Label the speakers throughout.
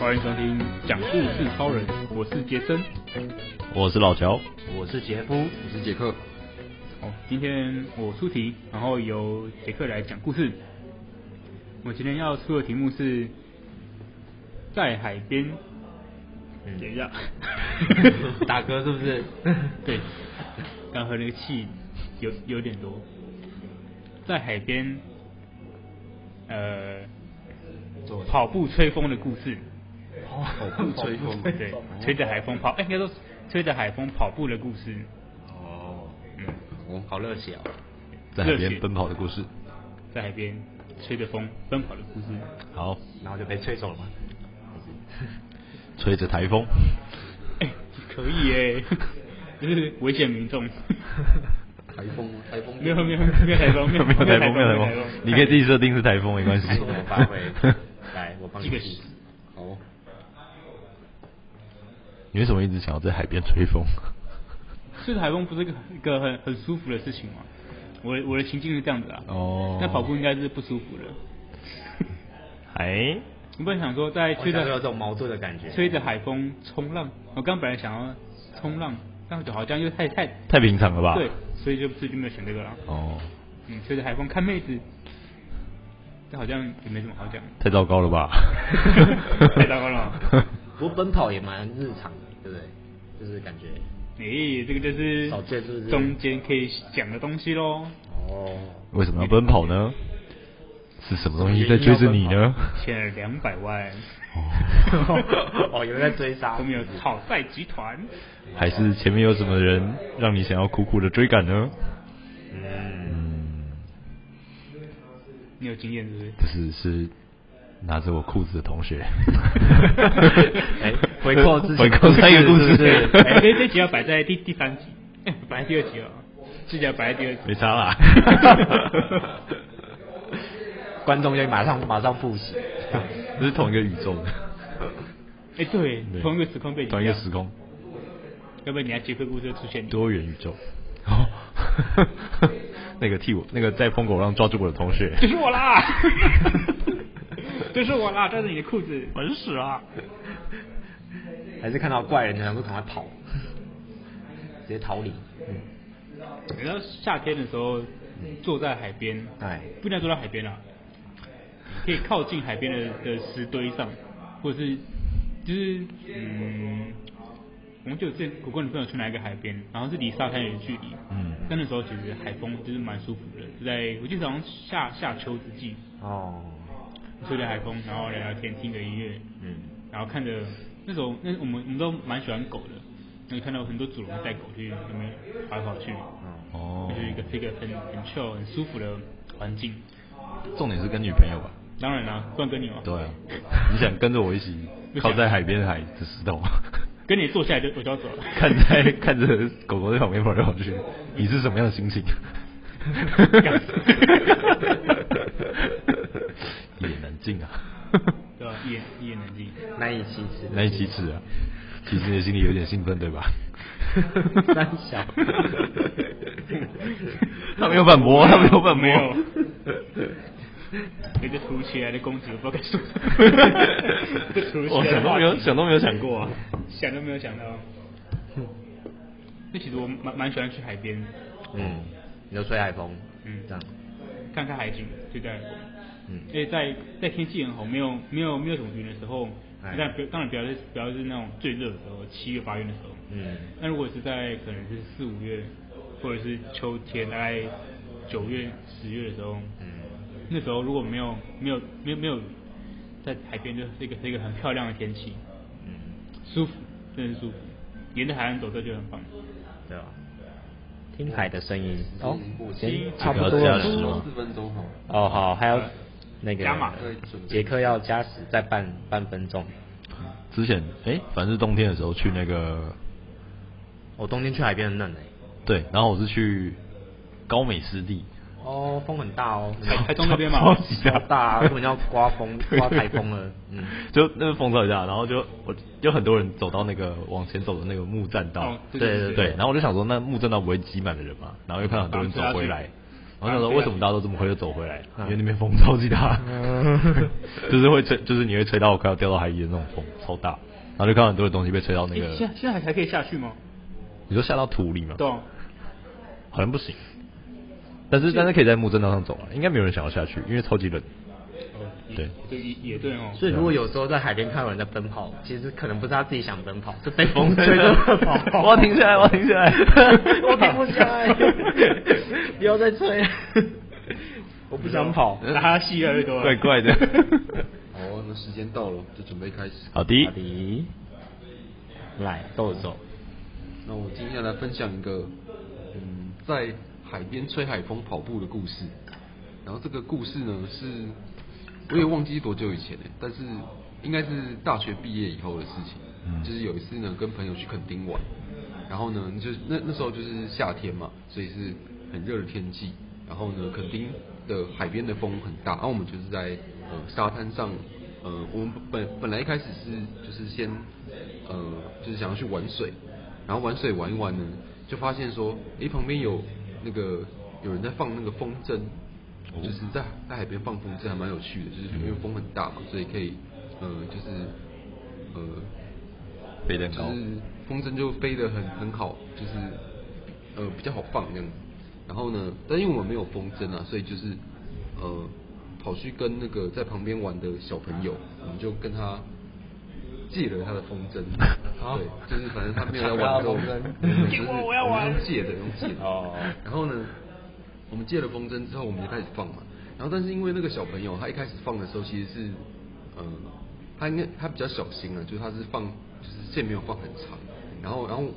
Speaker 1: 欢迎收听《讲故事超人》，我是杰森。
Speaker 2: 我是老乔，
Speaker 3: 我是杰夫，
Speaker 4: 我是杰克，
Speaker 1: 哦，今天我出题，然后由杰克来讲故事。我今天要出的题目是在海边。等一下，
Speaker 3: 嗯打嗝是不是？
Speaker 1: 对，刚喝那个气有有点多，在海边，呃，
Speaker 3: 做
Speaker 1: 跑步吹风的故事。
Speaker 3: 哦
Speaker 4: 跑步哦吹风，
Speaker 1: 哦对， 吹着海风跑，哎应该说吹着海风跑步的故事。
Speaker 3: 哦，
Speaker 1: 嗯，
Speaker 4: 哦，
Speaker 3: 好热血哦！
Speaker 2: 在海
Speaker 1: 热血
Speaker 2: 边奔跑的故事。
Speaker 1: 在海边吹着风奔跑的故事。
Speaker 2: 好，
Speaker 3: 然后就被吹走了嘛。
Speaker 2: 吹着台风，
Speaker 1: 哎、可以哎、就是 危险民 众。
Speaker 4: 台风吗？台风
Speaker 1: 没有没有没有台风，没有
Speaker 2: 没有台风，
Speaker 1: 没
Speaker 2: 没有台
Speaker 1: 有
Speaker 2: 风，你可以自己设定是台风，没关系
Speaker 3: 来，。我发挥，来，我帮你
Speaker 1: 这个
Speaker 3: 记
Speaker 1: 是
Speaker 4: 好，
Speaker 2: 你为什么一直想要在海边吹风？
Speaker 1: 哎吹着海风不是一个一个很很舒服的事情吗？我的我的情境是这样子啊。
Speaker 2: 哦
Speaker 1: 那跑步应该是不舒服的。
Speaker 2: 哎，
Speaker 1: 我本来想说在
Speaker 3: 我
Speaker 1: 吹
Speaker 3: 想说有
Speaker 1: 着
Speaker 3: 种矛盾的感觉。
Speaker 1: 吹着海风冲浪，我刚本来想要冲浪，但我觉得好像又太太
Speaker 2: 太平常了吧？
Speaker 1: 对，，所以就最近没有选这个了。
Speaker 2: 哦，
Speaker 1: 嗯，吹着海风看妹子，这好像也没什么好讲。？
Speaker 2: 太糟糕了吧
Speaker 1: 太糟糕了吧。
Speaker 3: 不过奔跑也蛮日常的，对不对？就是感觉
Speaker 1: 诶、这个就是
Speaker 3: 少见是哦不是
Speaker 1: 中间可以讲的东西喽。
Speaker 3: 哦，
Speaker 2: 为什么要奔跑呢？是什么东西在追着你呢？
Speaker 1: 欠了两百万，
Speaker 3: 哦，有人在追杀
Speaker 1: 后，面有草率集团。
Speaker 2: 还是前面有什么人让你想要苦苦的追赶呢？
Speaker 3: 嗯，
Speaker 1: 你有经验是不是？
Speaker 2: 不是，是拿着我裤子的同 学。
Speaker 3: 哎回扣 之前
Speaker 2: 回扣上一个故事，
Speaker 3: 是不是
Speaker 1: 哎、 这这集要摆在第第三集，哎摆在第二集哦，这集要摆在第二
Speaker 2: 没
Speaker 1: 集。
Speaker 2: 差 啦。
Speaker 3: 观众就马上马上复习。
Speaker 2: 这是同一个宇宙的，
Speaker 1: 哎、对，
Speaker 2: 对
Speaker 1: 同一个时空背景，
Speaker 2: 同一个时，空，
Speaker 1: 要不然你还杰克故事会出现你。
Speaker 2: 多元宇宙。哦， 那个替我那个在疯狗浪抓住我的同学，
Speaker 1: 就是我啦， 就是我啦，抓着你的裤子，很屎啊！
Speaker 3: 还是看到怪人的，然后赶快跑，直接逃离。
Speaker 1: 你知道夏天的时候坐在海边，
Speaker 3: 哎，
Speaker 1: 不一定要坐到海边啦，可以靠近海边的的石堆上，或者是就是嗯，我们就有之前我跟女朋友去哪一个海边，然后是离沙滩有点距离，
Speaker 2: 嗯
Speaker 1: 但那时候其实海风就是蛮舒服的，就在我记得好像夏夏秋之际，
Speaker 3: 哦，
Speaker 1: 吹着海风，然后聊聊天，听着音乐，
Speaker 3: 嗯，
Speaker 1: 然后看着那时候，那我们我们都蛮喜欢狗的，那看到很多主人带狗去那边跑来跑去，
Speaker 3: 嗯，
Speaker 2: 哦
Speaker 1: 就是一个是一个很很 chill 很舒服的环境。
Speaker 2: 重点是跟女朋友吧？
Speaker 1: 当然啦、不然跟你嘛，
Speaker 2: 对啊，你想跟着我一起
Speaker 1: 不想
Speaker 2: 靠在海边的海的石头，
Speaker 1: 跟你坐下来就我就要走了。
Speaker 2: 看在看着狗狗在旁边跑来跑去，你是什么样的心情？
Speaker 1: 干
Speaker 2: 也难进啊，
Speaker 1: 对吧、一言一言难尽。
Speaker 3: 难以启齿。
Speaker 2: 难以启齿啊。其实你的心里有点兴奋，对吧？
Speaker 3: 三小，
Speaker 2: 他没有反驳，他没有反
Speaker 1: 没有
Speaker 2: 驳。，
Speaker 1: 有这突如其来的攻击，我不知道该说什 么。这突如其来的
Speaker 2: 我想都没
Speaker 1: 话
Speaker 2: 有
Speaker 1: 题
Speaker 2: 想都没有想过啊。
Speaker 1: 想都没有想到。那其实我蛮蛮喜欢去海边，
Speaker 3: 嗯，你就吹海风，
Speaker 1: 嗯
Speaker 3: 这样，
Speaker 1: 看看海景，就在海边。
Speaker 3: 嗯
Speaker 1: 因为在在天气很好，没有没有没有什么云的时候，
Speaker 3: 哎
Speaker 1: 但不当然不要是不要是那种最热的时候，七月八月的时候。
Speaker 3: 嗯，
Speaker 1: 那如果是在可能是四五月，或者是秋天，大概九月十月的时候，
Speaker 3: 嗯，
Speaker 1: 那时候如果没有没有没有没有在海边，就是一个是一个很漂亮的天气，
Speaker 3: 嗯，
Speaker 1: 舒服，真的舒服。沿着海岸走，这就很棒。
Speaker 3: 对吧？听海的声音，哦，
Speaker 4: 我
Speaker 3: 先
Speaker 4: 先
Speaker 3: 差不
Speaker 2: 嗯这
Speaker 3: 多
Speaker 2: 个要
Speaker 3: 了
Speaker 2: 加时吗
Speaker 4: 四分钟好了，
Speaker 3: 哦，好，还有那个
Speaker 1: 加码
Speaker 4: 对，准备
Speaker 3: 杰克要加时，再半半分钟。
Speaker 2: 之前哎、反正是冬天的时候去那个，
Speaker 3: 我哦冬天去海边很冷哎，
Speaker 2: 对，然后我是去高美湿地，
Speaker 3: 哦，风很大 哦，
Speaker 1: 台台中那边嘛，
Speaker 2: 超级
Speaker 3: 好大啊，根本要刮风
Speaker 2: 对
Speaker 3: 刮台风了，嗯，
Speaker 2: 就那个风超级大，然后就我有很多人走到那个往前走的那个木栈道，
Speaker 1: 哦对
Speaker 3: 对对
Speaker 1: 啊
Speaker 2: 对，然后我就想说那木栈道不会挤满的人嘛，然后又看到很多人走回来，然后想说为什么大家都这么快就走回来？
Speaker 3: 啊
Speaker 2: 因为那边风超级 大， 就是会吹，就是你会吹到我快要掉到海里的那种风，超大。然后就看到很多的东西被吹到那个
Speaker 1: 诶，现在现在还还可以下去吗？
Speaker 2: 你说下到土里吗？
Speaker 1: 对啊，
Speaker 2: 好像不行。但是但是可以在木栈道上走啊，应该没有人想要下去，因为超级冷。对，。
Speaker 1: 对也也对哦。
Speaker 3: 所以如果有时候在海边看到人在奔跑，其实可能不是他自己想奔跑， 是被风吹着跑
Speaker 2: 我要停下来我要停下来
Speaker 3: 我停不下 来，不要再吹，我不想跑。
Speaker 1: 拉他戏越来越多了，
Speaker 2: 怪怪 的。
Speaker 4: 好，那时间到了，就准备开始。
Speaker 2: 好的
Speaker 3: 阿，迪，来豆豆，
Speaker 4: 那我今天来分享一个，嗯，在海边吹海风跑步的故事。然后这个故事呢，是我也忘记多久以前了，但是应该是大学毕业以后的事情。
Speaker 2: 嗯
Speaker 4: 就是有一次呢，跟朋友去垦丁玩，然后呢，就那那时候就是夏天嘛，所以是很热的天气。然后呢，垦丁的海边的风很大，然后我们就是在呃沙滩上，呃，我们本本来一开始是就是先呃就是想要去玩水，然后玩水玩一玩呢，就发现说，诶，旁边有那个有人在放那个风筝，就是在在海边放风筝还蛮有趣的，就是因为风很大嘛，所以可以，呃，就是呃，
Speaker 2: 飞得很
Speaker 4: 就
Speaker 2: 高
Speaker 3: 嗯
Speaker 4: 是呃风筝就飞得很很好，就是呃比较好放这样子。然后呢，但因为我们没有风筝啊，所以就是呃跑去跟那个在旁边玩的小朋友，我们就跟他借了他的风筝，对，就是反正他没有在玩的时候， 就是
Speaker 1: 给我我要玩
Speaker 4: 我们用借的，用借的。
Speaker 3: 哦
Speaker 4: 然后呢，我们借了风筝之后，我们就开始放嘛。然后，但是因为那个小朋友他一开始放的时候，其实是，呃，他应该他比较小心啊，就是他是放就是线没有放很长。然后，然后我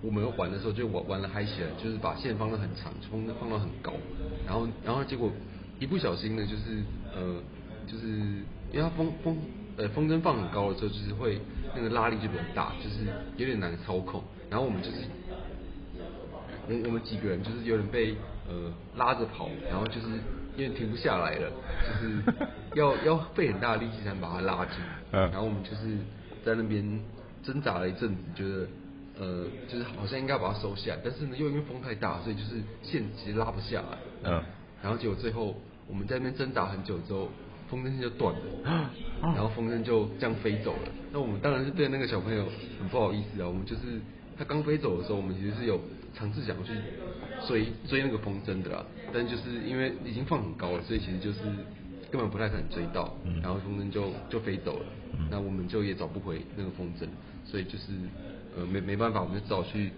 Speaker 4: 我们玩的时候就玩玩了嗨起来，就是把线放得很长，冲放到很高。然后，然后结果一不小心呢，就是呃，就是因为它风风呃风筝放很高的时候，就是会那个拉力就比较大，就是有点难操控。然后我们就是我我们几个人就是有点被呃拉着跑，然后就是因为停不下来了，就是要 要费很大的力气才能把它拉住。
Speaker 2: 嗯
Speaker 4: 然后我们就是在那边挣扎了一阵子，觉得呃就是好像应该把它收下来，但是呢又因为风太大，所以就是线其实拉不下来。
Speaker 2: 嗯，
Speaker 4: 然后结果最后我们在那边挣扎很久之后，风筝线就断了，然后风筝就这样飞走了。那我们当然是对那个小朋友很不好意思啊，我们就是他刚飞走的时候，我们其实是有尝试想要去追追那个风筝的啦，但就是因为已经放很高了，所以其实就是根本不太可能追到，然后风筝就就飞走了。那我们就也找不回那个风筝，所以就是呃没没办法，我们就只好去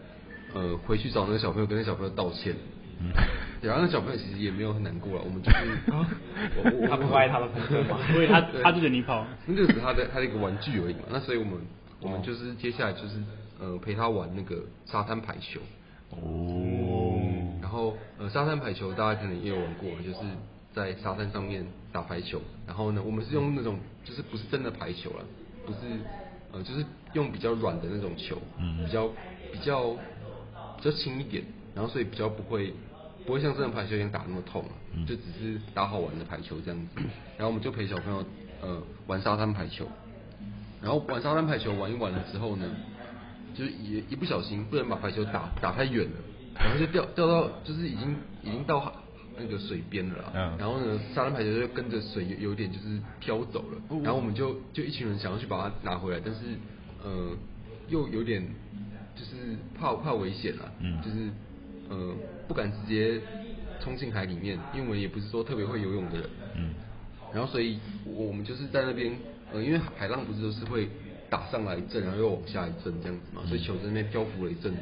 Speaker 4: 呃回去找那个小朋友，跟那小朋友道歉。
Speaker 3: 嗯
Speaker 4: 然后那小朋友其实也没有很难过了，我们就是我我
Speaker 3: 啊他不爱他的朋 友吗？
Speaker 1: 所以他他对着你跑，
Speaker 4: 那个只是他的他的一个玩具而已嘛。那所以我们我
Speaker 3: 哦
Speaker 4: 们就是接下来就是呃陪他玩那个沙滩排球，
Speaker 2: 哦，
Speaker 4: 然后呃沙滩排球大家可能也有玩过，就是在沙滩上面打排球。然后呢，我们是用那种就是不是真的排球了，不是呃就是用比较软的那种球，
Speaker 2: 嗯
Speaker 4: 比较比较比较轻一点，然后所以比较不会不会像真的排球一样打那么痛、啊，就只是打好玩的排球这样子。然后我们就陪小朋友呃玩沙滩排球，然后玩沙滩排球玩一玩了之后呢，就是也一不小心不能把排球打打太远了，然后就掉掉到就是已经已经到那个水边了啦。
Speaker 2: 嗯
Speaker 4: 然后呢，沙滩排球就跟着水有有点就是飘走了，
Speaker 2: 嗯
Speaker 4: 然后我们就就一群人想要去把它拿回来，但是呃又有点就是怕怕危险了，
Speaker 2: 嗯
Speaker 4: 就是呃不敢直接冲进海里面，因为我们也不是说特别会游泳的人，
Speaker 2: 嗯，
Speaker 4: 然后所以我我们就是在那边，呃，因为海浪不是都是会打上来一阵，然后又往下一阵这样子嘛，
Speaker 3: 嗯
Speaker 4: 所以球在那边漂浮了一阵子，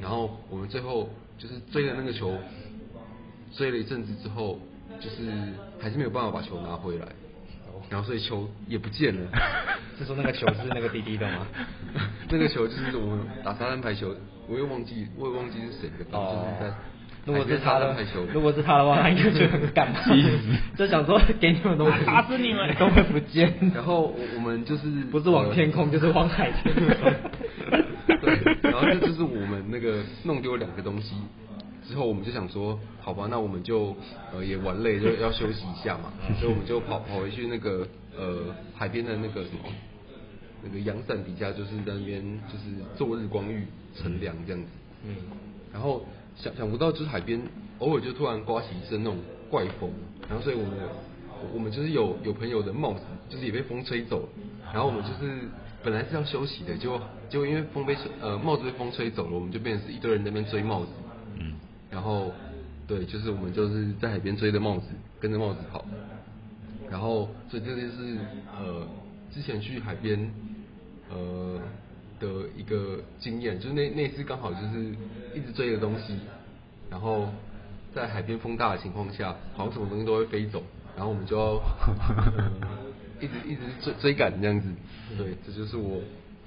Speaker 4: 然后我们最后就是追了那个球，追了一阵子之后，就是还是没有办法把球拿回来，
Speaker 3: 哦
Speaker 4: 然后所以球也不见了。
Speaker 3: 是说那个球是那个滴滴 的吗？
Speaker 4: 那个球就是我们打沙滩排球，我也忘记，我也忘记是谁的，反正就是在
Speaker 3: 哦。如果是
Speaker 4: 海边
Speaker 3: 他
Speaker 4: 沙滩
Speaker 3: 的
Speaker 4: 排球，，
Speaker 3: 如果是他的话，他应该就很感 激，就想说给你们东 西，
Speaker 1: 打死你们
Speaker 3: 都会不见，
Speaker 4: 然后我我们就是
Speaker 3: 不是往
Speaker 4: 呃
Speaker 3: 天空就是往 海天空。
Speaker 4: 嗯对，然后这就是我们那个弄丢两个东西之后，我们就想说，好吧，那我们就呃也玩累，就要休息一下嘛，所以我们就跑跑回去那个呃海边的那个什么。那个阳伞底下就是在那边就是做日光浴乘凉这样子，
Speaker 3: 嗯，
Speaker 4: 然后想想不到就是海边偶尔就突然刮起一阵那种怪风，然后所以我们我我们就是有有朋友的帽子就是也被风吹走了，然后我们就是本来是要休息的，结果结果因为风被吹呃帽子被风吹走了，我们就变成是一堆人在那边追帽子，
Speaker 2: 嗯，
Speaker 4: 然后对，就是我们就是在海边追着帽子，跟着帽子跑，然后所以这就是呃之前去海边呃的一个经验，就是那那次刚好就是一直追着东西，然后在海边风大的情况下，好像什么东西都会飞走，然后我们就要、呃一直一直追追赶这样子，
Speaker 3: 嗯
Speaker 4: 对，这就是我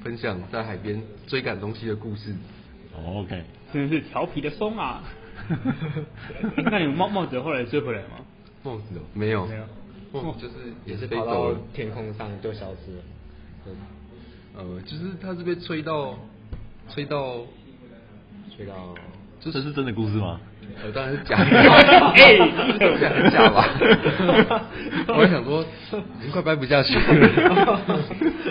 Speaker 4: 分享在海边追赶东西的故事。
Speaker 2: 哦，OK，
Speaker 1: 真的是调皮的松 啊！那你帽帽子后来追回来吗？
Speaker 4: 帽子哦，没有，
Speaker 1: 没有哦
Speaker 4: 帽子就是
Speaker 3: 也
Speaker 4: 也是
Speaker 3: 是
Speaker 4: 飞
Speaker 3: 跑
Speaker 4: 走
Speaker 3: 到
Speaker 4: 了，
Speaker 3: 天空上就消失了。对，
Speaker 4: 呃，就是它是被吹到，吹到，
Speaker 3: 吹 到
Speaker 2: 这这是真的故事吗？
Speaker 4: 呃，当然是假 的，
Speaker 1: 哎
Speaker 4: 这讲是 假吧？我还想说，已经快掰不下去 了，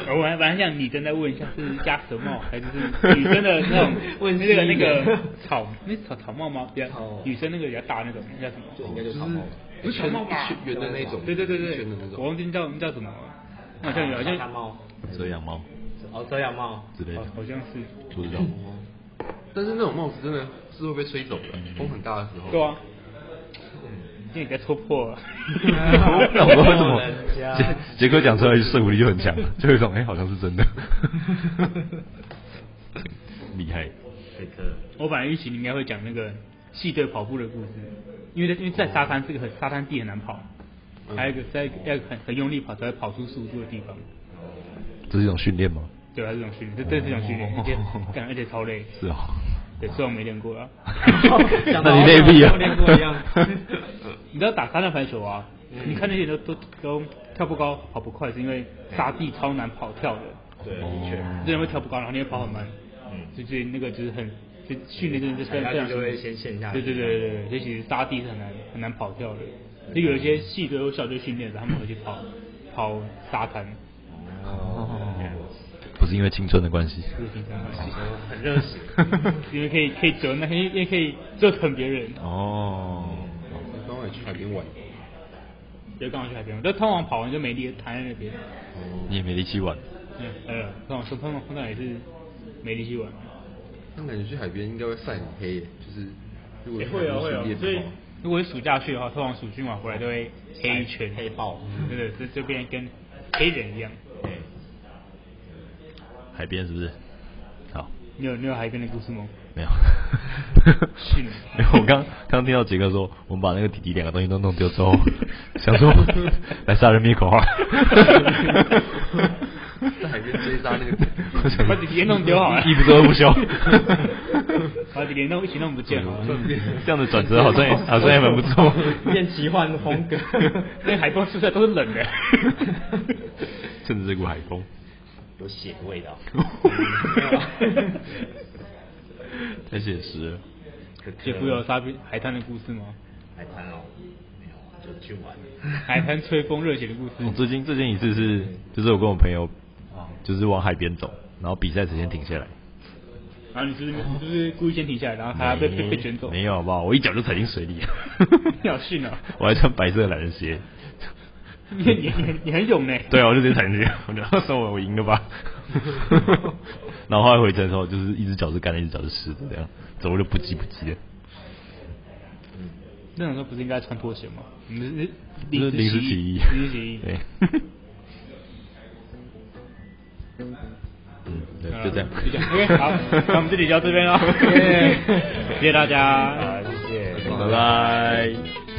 Speaker 1: 呃我还本来想拟真再问一下，是鸭舌帽还 是是女生的那种
Speaker 3: 问
Speaker 1: 那个
Speaker 3: 心
Speaker 1: 那
Speaker 3: 一点
Speaker 1: 个草那是草草帽吗？比较
Speaker 3: 草
Speaker 1: 女生那个比较大那种那叫什么？
Speaker 3: 就应该就
Speaker 4: 就是
Speaker 3: 草帽。
Speaker 4: 一
Speaker 1: 不是
Speaker 4: 圈
Speaker 1: 小帽
Speaker 4: 一
Speaker 1: 吧
Speaker 4: 圈圆的那种，
Speaker 1: 对对对对
Speaker 4: 一圈的那，
Speaker 1: 我
Speaker 4: 种，
Speaker 1: 忘记叫叫什么了，好像有好
Speaker 3: 沙
Speaker 1: 像
Speaker 3: 啊帽，
Speaker 2: 遮阳帽
Speaker 3: 哦，遮阳 帽。
Speaker 2: 之类
Speaker 1: 好
Speaker 2: 的，
Speaker 1: 好像是，
Speaker 2: 不知道。
Speaker 4: 但是那种帽子真的是会被吹走的，风很大的时候，
Speaker 1: 嗯对啊，你也在戳破啊了，
Speaker 2: 那我为什么
Speaker 3: 人家
Speaker 2: 杰杰哥讲出来说服力就很强，就有一种哎、好像是 真的，厉害。
Speaker 3: 这个
Speaker 1: 我本来预期你应该会讲那个系队跑步的故事，因为在因为在沙滩这个很沙滩地很难跑，还有一个在要很很用力跑才会跑出速度的地方，
Speaker 2: 这是一种训练吗？
Speaker 1: 对吧？这种训练，这这是一种训练，而且干而且超累，
Speaker 2: 是哦。
Speaker 1: 对，虽然我没练过啊。
Speaker 3: 讲
Speaker 2: 那
Speaker 3: 得
Speaker 2: 你
Speaker 3: 好
Speaker 2: 累
Speaker 3: 像
Speaker 2: 毙
Speaker 3: 我练过一样
Speaker 2: 啊！
Speaker 1: 你知道打沙滩排球啊，你看那些人都都都跳不高、跑不快，是因为沙地超难跑跳的，
Speaker 3: 对，的确，嗯
Speaker 2: 哦
Speaker 1: 这人会跳不高，然后你会跑很慢，所以所以那个就是很就训练真的是非常非
Speaker 3: 踩下
Speaker 1: 常
Speaker 3: 去就会先陷下
Speaker 1: 对
Speaker 3: 去
Speaker 1: 对对对对，所以其实沙地是很难很难跑跳的，就有一些系队或校队训练的，他们会去跑跑沙滩，
Speaker 4: 哦
Speaker 2: 不是因为青春的关系，
Speaker 1: 这是平常的事情
Speaker 3: 很热 血。
Speaker 1: 因为可以可以折那，因为因为可以折腾别人。
Speaker 2: 哦，
Speaker 4: 刚好也去海边玩，
Speaker 1: 就刚好去海边玩，就通常跑完就没力，躺在那边。
Speaker 2: 你也没力气玩，
Speaker 1: 嗯，呃，通常说通常碰到也是没力气玩。
Speaker 4: 但感觉去海边应该会晒很黑耶，就是如果
Speaker 1: 也会啊会啊
Speaker 4: 训练，
Speaker 1: 所
Speaker 4: 的
Speaker 1: 以
Speaker 4: 话。
Speaker 1: 如果是暑假去的话，通常暑训完回来都会黑一圈，
Speaker 3: 黑豹
Speaker 1: 对对，这就变跟黑人一样。
Speaker 2: 海边是不是？好，
Speaker 1: 你有你有海边的故事吗？
Speaker 2: 没有。
Speaker 1: 训
Speaker 2: 没有，我刚刚听到杰哥说，我们把那个弟弟两个东西都弄丢之后， 想说来杀人灭口啊！
Speaker 4: 在海边追杀那个弟弟
Speaker 2: 我想
Speaker 1: 把弟弟也弄丢好了
Speaker 2: 一不做二 不休。
Speaker 1: 把你连弄一起弄不见了，
Speaker 2: 嗯这样的转折好 像也好像也蛮不 错。
Speaker 3: 变奇幻风 格。
Speaker 1: 那海风出来都是冷的。
Speaker 2: 趁着这股海风，
Speaker 3: 有血 的味道。
Speaker 2: 太写实了。
Speaker 1: 姐夫有沙边海滩的故事吗？
Speaker 3: 海滩哦，没有，就去玩。
Speaker 1: 海 滩吹风热血的故
Speaker 2: 我
Speaker 1: 事。
Speaker 2: 最近最近一次是，就是我跟我朋友，
Speaker 3: 啊
Speaker 2: 就是往海边走，然后比赛时间停下来，
Speaker 1: 然后你是不是你是不是故意先停下来，然后啊他被被被卷走？
Speaker 2: 没有好不好？我一脚就踩进水里，
Speaker 1: 你好逊哦！
Speaker 2: 我还穿白色的懒人鞋，
Speaker 1: 你你你你很勇呢。
Speaker 2: 对啊，我就直接踩进去，我就算我我赢了吧。 然后后来回程的时候，就是一只脚是干的，一只脚是湿的，这样走路就不急不急的，
Speaker 1: 那种时候不是应该穿拖鞋吗？你们是
Speaker 2: 就是临
Speaker 1: 时
Speaker 2: 时起
Speaker 1: 意，
Speaker 2: 意，
Speaker 1: 临时起意。
Speaker 2: 对， 嗯，对，就这样，
Speaker 1: 就这样。OK，好，那我们这 里就到这边喽。谢谢大家。
Speaker 3: 啊，谢谢。
Speaker 2: 拜拜。